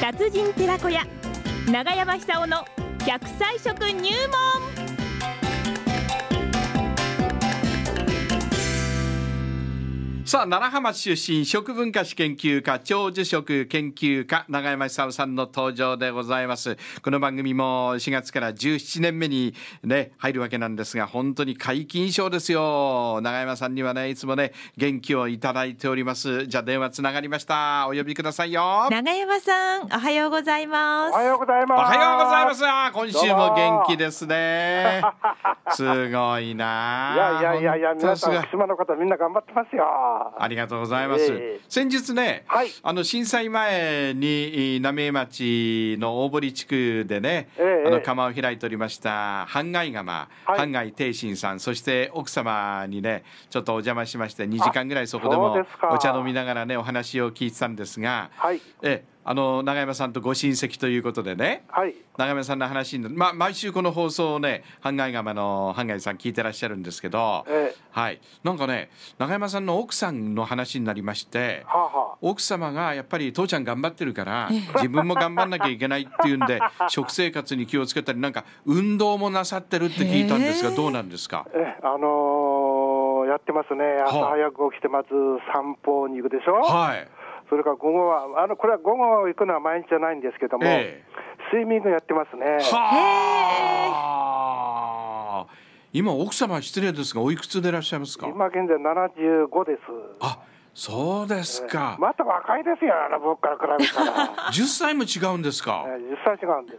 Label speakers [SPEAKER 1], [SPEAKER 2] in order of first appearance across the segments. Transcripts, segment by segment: [SPEAKER 1] 達人寺子屋長山久夫の百歳食入門
[SPEAKER 2] さあ奈良浜市出身食文化史研究家長寿食研究家永山久夫さんの登場でございますこの番組も4月から17年目にね入るわけなんですが本当に皆勤賞ですよ永山さんにはねいつもね元気をいただいておりますじゃあ電話つながりましたお呼びくださいよ
[SPEAKER 1] 長山さんおはようございま
[SPEAKER 3] おはようござい
[SPEAKER 2] お
[SPEAKER 3] ます。
[SPEAKER 2] はようございます。あー今週も元気ですねすごい
[SPEAKER 3] い
[SPEAKER 2] なあ
[SPEAKER 3] やいやいやいや、
[SPEAKER 2] 本当
[SPEAKER 3] 皆
[SPEAKER 2] にす
[SPEAKER 3] さ
[SPEAKER 2] ご
[SPEAKER 3] ん、
[SPEAKER 2] い
[SPEAKER 3] 福島の方、みんな頑張ってますよ。
[SPEAKER 2] ありがとうございます。
[SPEAKER 3] ええ
[SPEAKER 2] 先日ね、
[SPEAKER 3] はい
[SPEAKER 2] あの震災前にえー浪江町の大堀地区でね、
[SPEAKER 3] ええ
[SPEAKER 2] あ
[SPEAKER 3] え
[SPEAKER 2] の
[SPEAKER 3] え
[SPEAKER 2] 釜を開いておりました半貝釜、
[SPEAKER 3] はい
[SPEAKER 2] 半貝定心さん、そして奥様にね、ちょっとお邪魔しまして、2時間ぐらいそこでも
[SPEAKER 3] そうですか
[SPEAKER 2] お茶飲みながらね、お話を聞いてたんですが、
[SPEAKER 3] はい。
[SPEAKER 2] ええあの永山さんとご親戚ということでね。
[SPEAKER 3] はい。
[SPEAKER 2] 長山さんの話になる、まあ、毎週この放送をね、ハンガイガマのハンガイさん聞いてらっしゃるんですけど、
[SPEAKER 3] ええ
[SPEAKER 2] はい、なんかね、長山さんの奥さんの話になりまして、
[SPEAKER 3] はあ、は
[SPEAKER 2] 奥様がやっぱり父ちゃん頑張ってるから、自分も頑張んなきゃいけないっていうんで、食生活に気をつけたり、なんか運動もなさってるって聞いたんですが、
[SPEAKER 1] へえ
[SPEAKER 2] どうなんですか
[SPEAKER 3] あ。。え、あのーやってますね。朝早く起きて、まず散歩に行くでしょ。
[SPEAKER 2] はい。
[SPEAKER 3] それから午後は、あの、これは午後行くのは毎日じゃないんですけども、
[SPEAKER 2] え
[SPEAKER 3] スイミングやってますね
[SPEAKER 2] え。はあ。今奥様失礼ですが、おいくつでいらっしゃいますか。
[SPEAKER 3] 今現在75です。
[SPEAKER 2] あ、そうですか。
[SPEAKER 3] また若いですよ、あの僕から比べた ら。
[SPEAKER 2] 10歳も違うんですか
[SPEAKER 3] え。実際違うんです。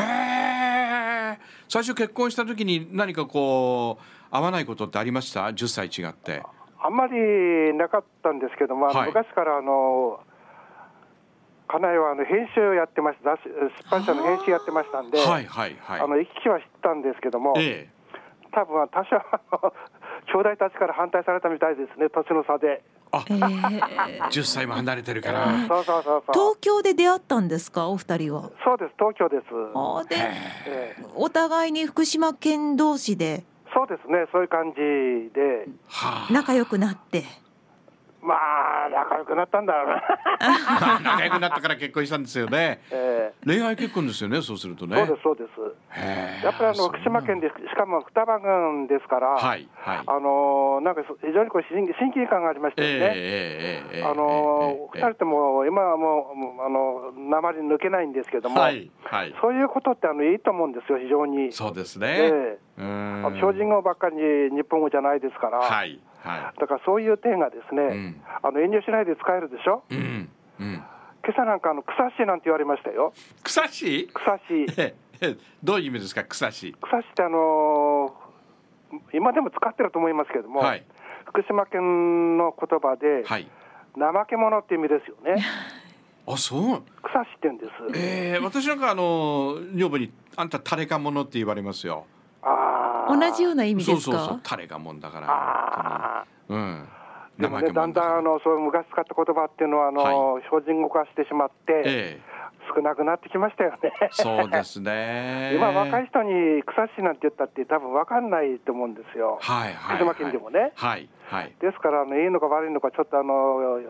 [SPEAKER 2] へえ。最初結婚した時に何かこう合わないことってありました？10歳違って。
[SPEAKER 3] あんまりなかったんですけども、あの
[SPEAKER 2] はい
[SPEAKER 3] 昔からあの家内はあの編集をやってました、雑誌出版社の編集やってましたんで、
[SPEAKER 2] はいはいはい。
[SPEAKER 3] あの行き来は知ったんですけども、
[SPEAKER 2] ええ。
[SPEAKER 3] 多分多少あの、 兄弟たちから反対されたみたいですね、年の差で。
[SPEAKER 2] あ、
[SPEAKER 4] えー
[SPEAKER 2] 10歳も離れてるから。
[SPEAKER 3] そうそうそうそう
[SPEAKER 4] 東京で出会ったんですかお二人は。
[SPEAKER 3] そうです、東京です、
[SPEAKER 4] あーで
[SPEAKER 3] ええ
[SPEAKER 4] お互いに福島県同士で
[SPEAKER 3] そうですね、そういう感じで、
[SPEAKER 2] はあ。
[SPEAKER 4] 仲良くなって
[SPEAKER 3] まあ、仲良くなったんだろう な、
[SPEAKER 2] 仲良くなったから結婚したんですよね。
[SPEAKER 3] ええ
[SPEAKER 2] 恋愛結婚ですよね。そうするとね。
[SPEAKER 3] そうです、そうです、
[SPEAKER 2] へえ
[SPEAKER 3] やっぱりあの福島県で、しかも双葉郡ですから。
[SPEAKER 2] はいはい。
[SPEAKER 3] あのーなんかそ非常にこう親親近感がありましたよね。
[SPEAKER 2] ええええええええ
[SPEAKER 3] あのー
[SPEAKER 2] ええ
[SPEAKER 3] 二人とも今はもうもうあの鉛抜けないんですけども、
[SPEAKER 2] はいはい。
[SPEAKER 3] そういうことってあのいいと思うんですよ非常に。
[SPEAKER 2] そうです
[SPEAKER 3] え
[SPEAKER 2] ね。う
[SPEAKER 3] え
[SPEAKER 2] ん
[SPEAKER 3] あの標準語ばっかり日本語じゃないですから。
[SPEAKER 2] はいは
[SPEAKER 3] だからそういう点がですね、
[SPEAKER 2] うん
[SPEAKER 3] あの遠慮しないで使えるでしょ。
[SPEAKER 2] い。うんうん。
[SPEAKER 3] 今朝なんかあの草しなんて言われましたよ。
[SPEAKER 2] 草し。
[SPEAKER 3] 草 し
[SPEAKER 2] ええどういう意味ですか草し。
[SPEAKER 3] 草しってあのー今でも使ってると思いますけども、
[SPEAKER 2] はい
[SPEAKER 3] 福島県の言葉で、
[SPEAKER 2] はい。
[SPEAKER 3] 怠け者って意味ですよね。
[SPEAKER 2] あそう。
[SPEAKER 3] 草してんです。
[SPEAKER 2] ええ私なんかあの女房にあんたタレかものって言われますよ。
[SPEAKER 3] あ
[SPEAKER 4] 同じような意味
[SPEAKER 2] そ
[SPEAKER 4] で
[SPEAKER 2] う
[SPEAKER 4] す
[SPEAKER 2] そうそう
[SPEAKER 4] か
[SPEAKER 2] タレがもんだから。
[SPEAKER 3] あ
[SPEAKER 2] 本当にうん。
[SPEAKER 3] ーでもね、
[SPEAKER 2] 怠け
[SPEAKER 3] だ
[SPEAKER 2] も
[SPEAKER 3] ん
[SPEAKER 2] だ
[SPEAKER 3] だ
[SPEAKER 2] か
[SPEAKER 3] ん
[SPEAKER 2] ら
[SPEAKER 3] あのそう昔使った言葉っていうのはあの、
[SPEAKER 2] は
[SPEAKER 3] 標準語化してしまって、
[SPEAKER 2] ええ
[SPEAKER 3] 少なくなってきましたよね。。
[SPEAKER 2] そうですね
[SPEAKER 3] 今若い人に草しなんて言ったって多分わかんないと思うんですよ。
[SPEAKER 2] はいはい、はい、
[SPEAKER 3] 福島県でもね
[SPEAKER 2] はいはい
[SPEAKER 3] ですからあのいいのか悪いのかちょっとあの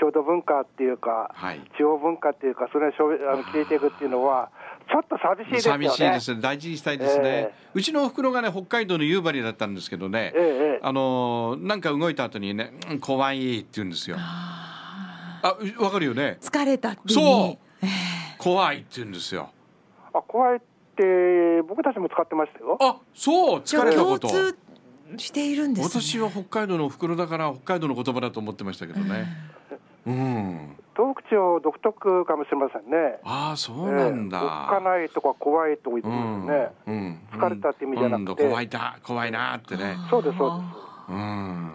[SPEAKER 3] 郷土文化っていうか、
[SPEAKER 2] はい
[SPEAKER 3] 地方文化っていうかそれをしょうあの消えていくっていうのはちょっと寂しいですよね。
[SPEAKER 2] 寂しいですね大事にしたいですね、
[SPEAKER 3] ええ
[SPEAKER 2] うちのおふくろがね北海道の夕張だったんですけどね、
[SPEAKER 3] ええええ
[SPEAKER 2] あのーなんか動いた後にねうん怖いって言うんですよあうわかるよね
[SPEAKER 4] 疲れたっていう
[SPEAKER 2] そう
[SPEAKER 4] 意味
[SPEAKER 2] 怖いって言うんですよ
[SPEAKER 3] あ怖いって僕たちも使ってましたよ。
[SPEAKER 2] あそう
[SPEAKER 4] じ
[SPEAKER 2] 疲
[SPEAKER 4] ゃあ
[SPEAKER 2] れた
[SPEAKER 4] 共
[SPEAKER 2] こと
[SPEAKER 4] 通しているんです、ね、
[SPEAKER 2] 私は北海道のおふくろだから北海道の言葉だと思ってましたけどねうん
[SPEAKER 3] 東北地方独特かもしれませんね。
[SPEAKER 2] ああそうなんだ、
[SPEAKER 3] ええおっかないとか怖いとか言ってますよね。
[SPEAKER 2] うん、
[SPEAKER 3] 疲れたって意味じゃなくて
[SPEAKER 2] うん怖いだ怖いなってね
[SPEAKER 3] そうです、そうです。
[SPEAKER 2] うん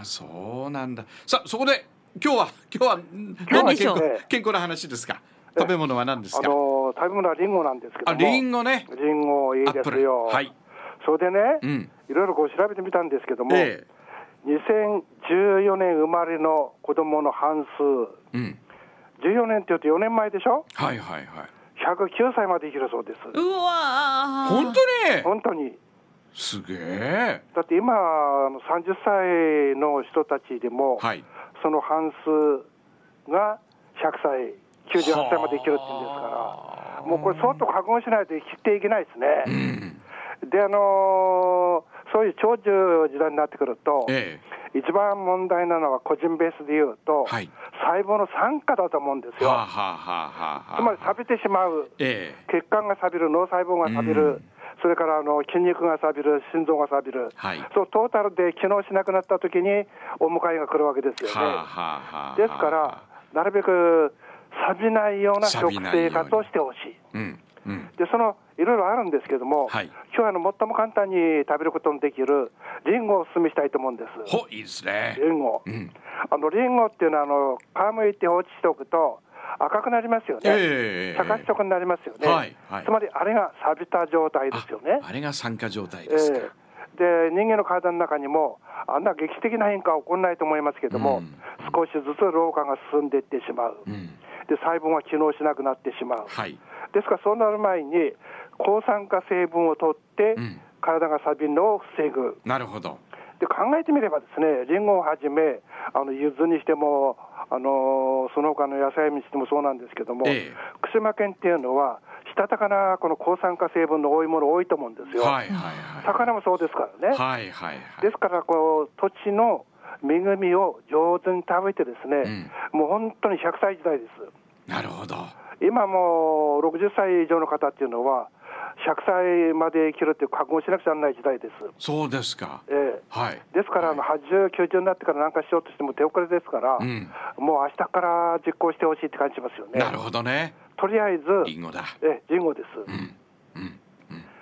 [SPEAKER 2] あそうなんださあそこで今日は今日は
[SPEAKER 4] 日は
[SPEAKER 2] 健
[SPEAKER 4] でしょう
[SPEAKER 2] 康健康な話ですか
[SPEAKER 3] え
[SPEAKER 2] 食べ物は何です
[SPEAKER 3] あ
[SPEAKER 2] か
[SPEAKER 3] の食べ物はリンゴなんですけど
[SPEAKER 2] あ
[SPEAKER 3] も。
[SPEAKER 2] リンゴね
[SPEAKER 3] リンゴいい
[SPEAKER 2] アッ
[SPEAKER 3] で
[SPEAKER 2] プ
[SPEAKER 3] す
[SPEAKER 2] ル
[SPEAKER 3] よ。
[SPEAKER 2] はい。
[SPEAKER 3] それでね、
[SPEAKER 2] うん
[SPEAKER 3] いろいろこう調べてみたんですけども、
[SPEAKER 2] え
[SPEAKER 3] 2014年生まれの子供の半数、
[SPEAKER 2] えうん
[SPEAKER 3] 14年って言うと4年前でしょ？
[SPEAKER 2] はいはいはい
[SPEAKER 3] 109歳まで生きるそうです。
[SPEAKER 4] うわー
[SPEAKER 2] 本当に
[SPEAKER 3] 本当に。
[SPEAKER 2] すげえ
[SPEAKER 3] だって今あの30歳の人たちでも、
[SPEAKER 2] はい
[SPEAKER 3] その半数が100歳98歳まで生きるって言うんですから、もうこれ、相当覚悟しないと生きていけないですね。で、あのーそういう長寿時代になってくると、
[SPEAKER 2] え
[SPEAKER 3] 一番問題なのは個人ベースで言うと、
[SPEAKER 2] はい
[SPEAKER 3] 細胞の酸化だと思うんです
[SPEAKER 2] えはあ、はあ
[SPEAKER 3] よ。
[SPEAKER 2] はあはあ、
[SPEAKER 3] つまり錆びてしまう、
[SPEAKER 2] ええ
[SPEAKER 3] 血管が錆びる、脳細胞が錆びる、それからあの筋肉が錆びる、心臓が錆びる、
[SPEAKER 2] はい
[SPEAKER 3] そうトータルで機能しなくなった時にお迎えが来るわけですよね。
[SPEAKER 2] はあはあはあ、
[SPEAKER 3] ですから、なるべく錆びないような食
[SPEAKER 2] 錆びないように
[SPEAKER 3] 生活をしてほしい。
[SPEAKER 2] うんうん、
[SPEAKER 3] でそのいろいろあるんですけれども、
[SPEAKER 2] はい
[SPEAKER 3] 今日はあの最も簡単に食べることのできるリンゴをお勧めしたいと思うんです。
[SPEAKER 2] ほいいですね
[SPEAKER 3] リ。ンゴ、
[SPEAKER 2] ん
[SPEAKER 3] あのリンゴっていうのはあの皮むいて放置しておくと赤くなりますよね。
[SPEAKER 2] ええ
[SPEAKER 3] 茶褐色になりますよね。
[SPEAKER 2] はいはい
[SPEAKER 3] つまりあれが錆びた状態ですよね
[SPEAKER 2] あ。あれが酸化状態
[SPEAKER 3] え
[SPEAKER 2] ですか。
[SPEAKER 3] えで人間の体の中にもあんな劇的な変化は起こらないと思いますけれども、
[SPEAKER 2] うん
[SPEAKER 3] 少しずつ老化が進んでいってしまう、
[SPEAKER 2] うん、
[SPEAKER 3] で細胞が機能しなくなってしまう、
[SPEAKER 2] はい。
[SPEAKER 3] ですからそうなる前に抗酸化成分を取って、
[SPEAKER 2] うん
[SPEAKER 3] 体が錆びるのを防ぐ
[SPEAKER 2] なるほど。
[SPEAKER 3] で考えてみればですねリンゴをはじめあの柚子にしてもあのーその他の野菜にしてもそうなんですけども、
[SPEAKER 2] ええ
[SPEAKER 3] 福島県っていうのはしたたかなこの抗酸化成分の多いもの多いと思うんですよ、
[SPEAKER 2] はいはいは
[SPEAKER 3] 魚もそうですから
[SPEAKER 2] い。
[SPEAKER 3] ね、
[SPEAKER 2] はいはいはい。
[SPEAKER 3] ですからこう土地の恵みを上手に食べてですね、もう本当に100歳時代です
[SPEAKER 2] なるほど。
[SPEAKER 3] 今もう60歳以上の方っていうのは100歳まで生きるっていう覚悟をしなくちゃならない時代です、
[SPEAKER 2] そうですか。
[SPEAKER 3] ええ
[SPEAKER 2] はい。
[SPEAKER 3] ですからあの80、90になってから何かしようとしても手遅れですから、
[SPEAKER 2] うん
[SPEAKER 3] もう明日から実行してほしいって感じしますよね
[SPEAKER 2] なるほどね。
[SPEAKER 3] とりあえず
[SPEAKER 2] リンゴだ。
[SPEAKER 3] ええリンゴです、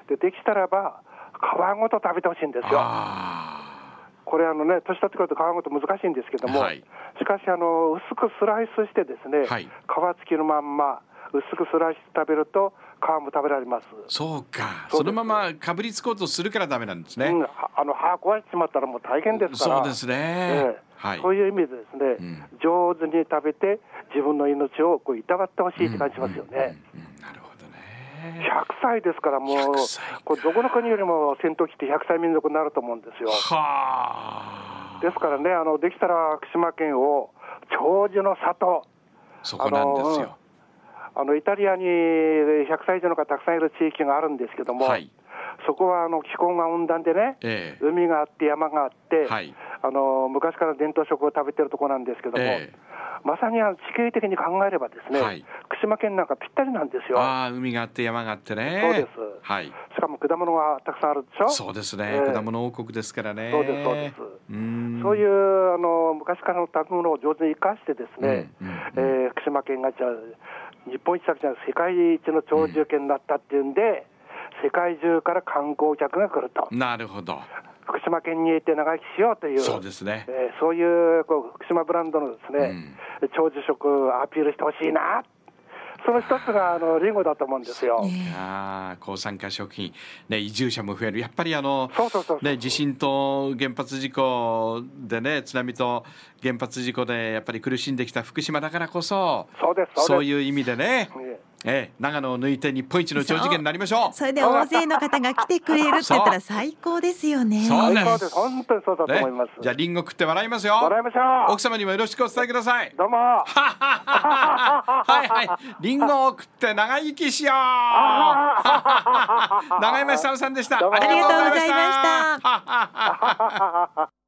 [SPEAKER 3] でできたらば皮ごと食べてほしいんですよ
[SPEAKER 2] あ
[SPEAKER 3] これあのね、年取ってくると皮ごと難しいんですけども、
[SPEAKER 2] はい
[SPEAKER 3] しかしあの、薄くスライスしてですね、
[SPEAKER 2] はい
[SPEAKER 3] 皮付きのまんま、薄くスライスして食べると、皮も食べられます。
[SPEAKER 2] あ、そうか。
[SPEAKER 3] そ
[SPEAKER 2] そ
[SPEAKER 3] うです
[SPEAKER 2] のままかぶりつこうとするからダメなんですね。
[SPEAKER 3] うん、はあの歯壊しちまったらもう大変ですから、
[SPEAKER 2] そうですね
[SPEAKER 3] ええ
[SPEAKER 2] はい
[SPEAKER 3] そういう意味でですね、上手に食べて、自分の命をこういたわってほしいって感じますよね。
[SPEAKER 2] うんなるほどね。
[SPEAKER 3] 100歳ですから、もう
[SPEAKER 2] 100歳か、
[SPEAKER 3] これどこの国よりも戦闘機って100歳民族になると思うんですよ。
[SPEAKER 2] はあ。
[SPEAKER 3] ですからね、あのできたら福島県を長寿の里。
[SPEAKER 2] そこなんですよ。
[SPEAKER 3] あのイタリアに100歳以上の方たくさんいる地域があるんですけども、
[SPEAKER 2] はい
[SPEAKER 3] そこはあの気候が温暖でね、
[SPEAKER 2] ええ
[SPEAKER 3] 海があって山があって、
[SPEAKER 2] はい
[SPEAKER 3] あの昔から伝統食を食べてるところなんですけども、
[SPEAKER 2] ええ
[SPEAKER 3] まさにあの地形的に考えればですね、
[SPEAKER 2] はい
[SPEAKER 3] 福島県なんかぴったりなんですよ。
[SPEAKER 2] ああ、海があって山があってね。
[SPEAKER 3] そうです
[SPEAKER 2] はい。
[SPEAKER 3] しかも果物がたくさんあるでしょ
[SPEAKER 2] そうですね、
[SPEAKER 3] ええ
[SPEAKER 2] 果物王国ですからね。
[SPEAKER 3] そうですそうです
[SPEAKER 2] ん
[SPEAKER 3] そういうあの昔からの食べ物を上手に生かしてですね、
[SPEAKER 2] うんうん
[SPEAKER 3] えー福島県がじゃあ日本一だけじゃなく世界一の長寿県になったっていうんで、世界中から観光客が来ると、
[SPEAKER 2] なるほど。
[SPEAKER 3] 福島県に行って長生きしようという、
[SPEAKER 2] そうですね。
[SPEAKER 3] えーそういうこう福島ブランドのですね、長寿食をアピールしてほしいな、その一つがあのリンゴだと思うんですよ。
[SPEAKER 2] ああ、抗酸化食品、ね、移住者も増える。やっぱりあの。
[SPEAKER 3] そうそうそうそう
[SPEAKER 2] ね、地震と原発事故でね、津波と原発事故で、やっぱり苦しんできた福島だからこそ。
[SPEAKER 3] そうですそうです
[SPEAKER 2] そういう意味でね。
[SPEAKER 3] ええ
[SPEAKER 2] ええ、長野を抜いて、日本一の長寿県になりましょう。
[SPEAKER 4] それで大勢の方が来てくれるって言ったら最高ですよね。
[SPEAKER 2] そうです
[SPEAKER 3] 最高です本当にそうだと
[SPEAKER 2] ね
[SPEAKER 3] 思います。、
[SPEAKER 2] じゃあ、リンゴ食って笑いますよ。
[SPEAKER 3] 笑いましょう
[SPEAKER 2] 奥様にもよろしくお伝えください。
[SPEAKER 3] どうも。
[SPEAKER 2] はいはい、リンゴを食って長生きし よう。長山久夫さんでした。
[SPEAKER 3] どうも
[SPEAKER 4] ありがとうございました。
[SPEAKER 2] た。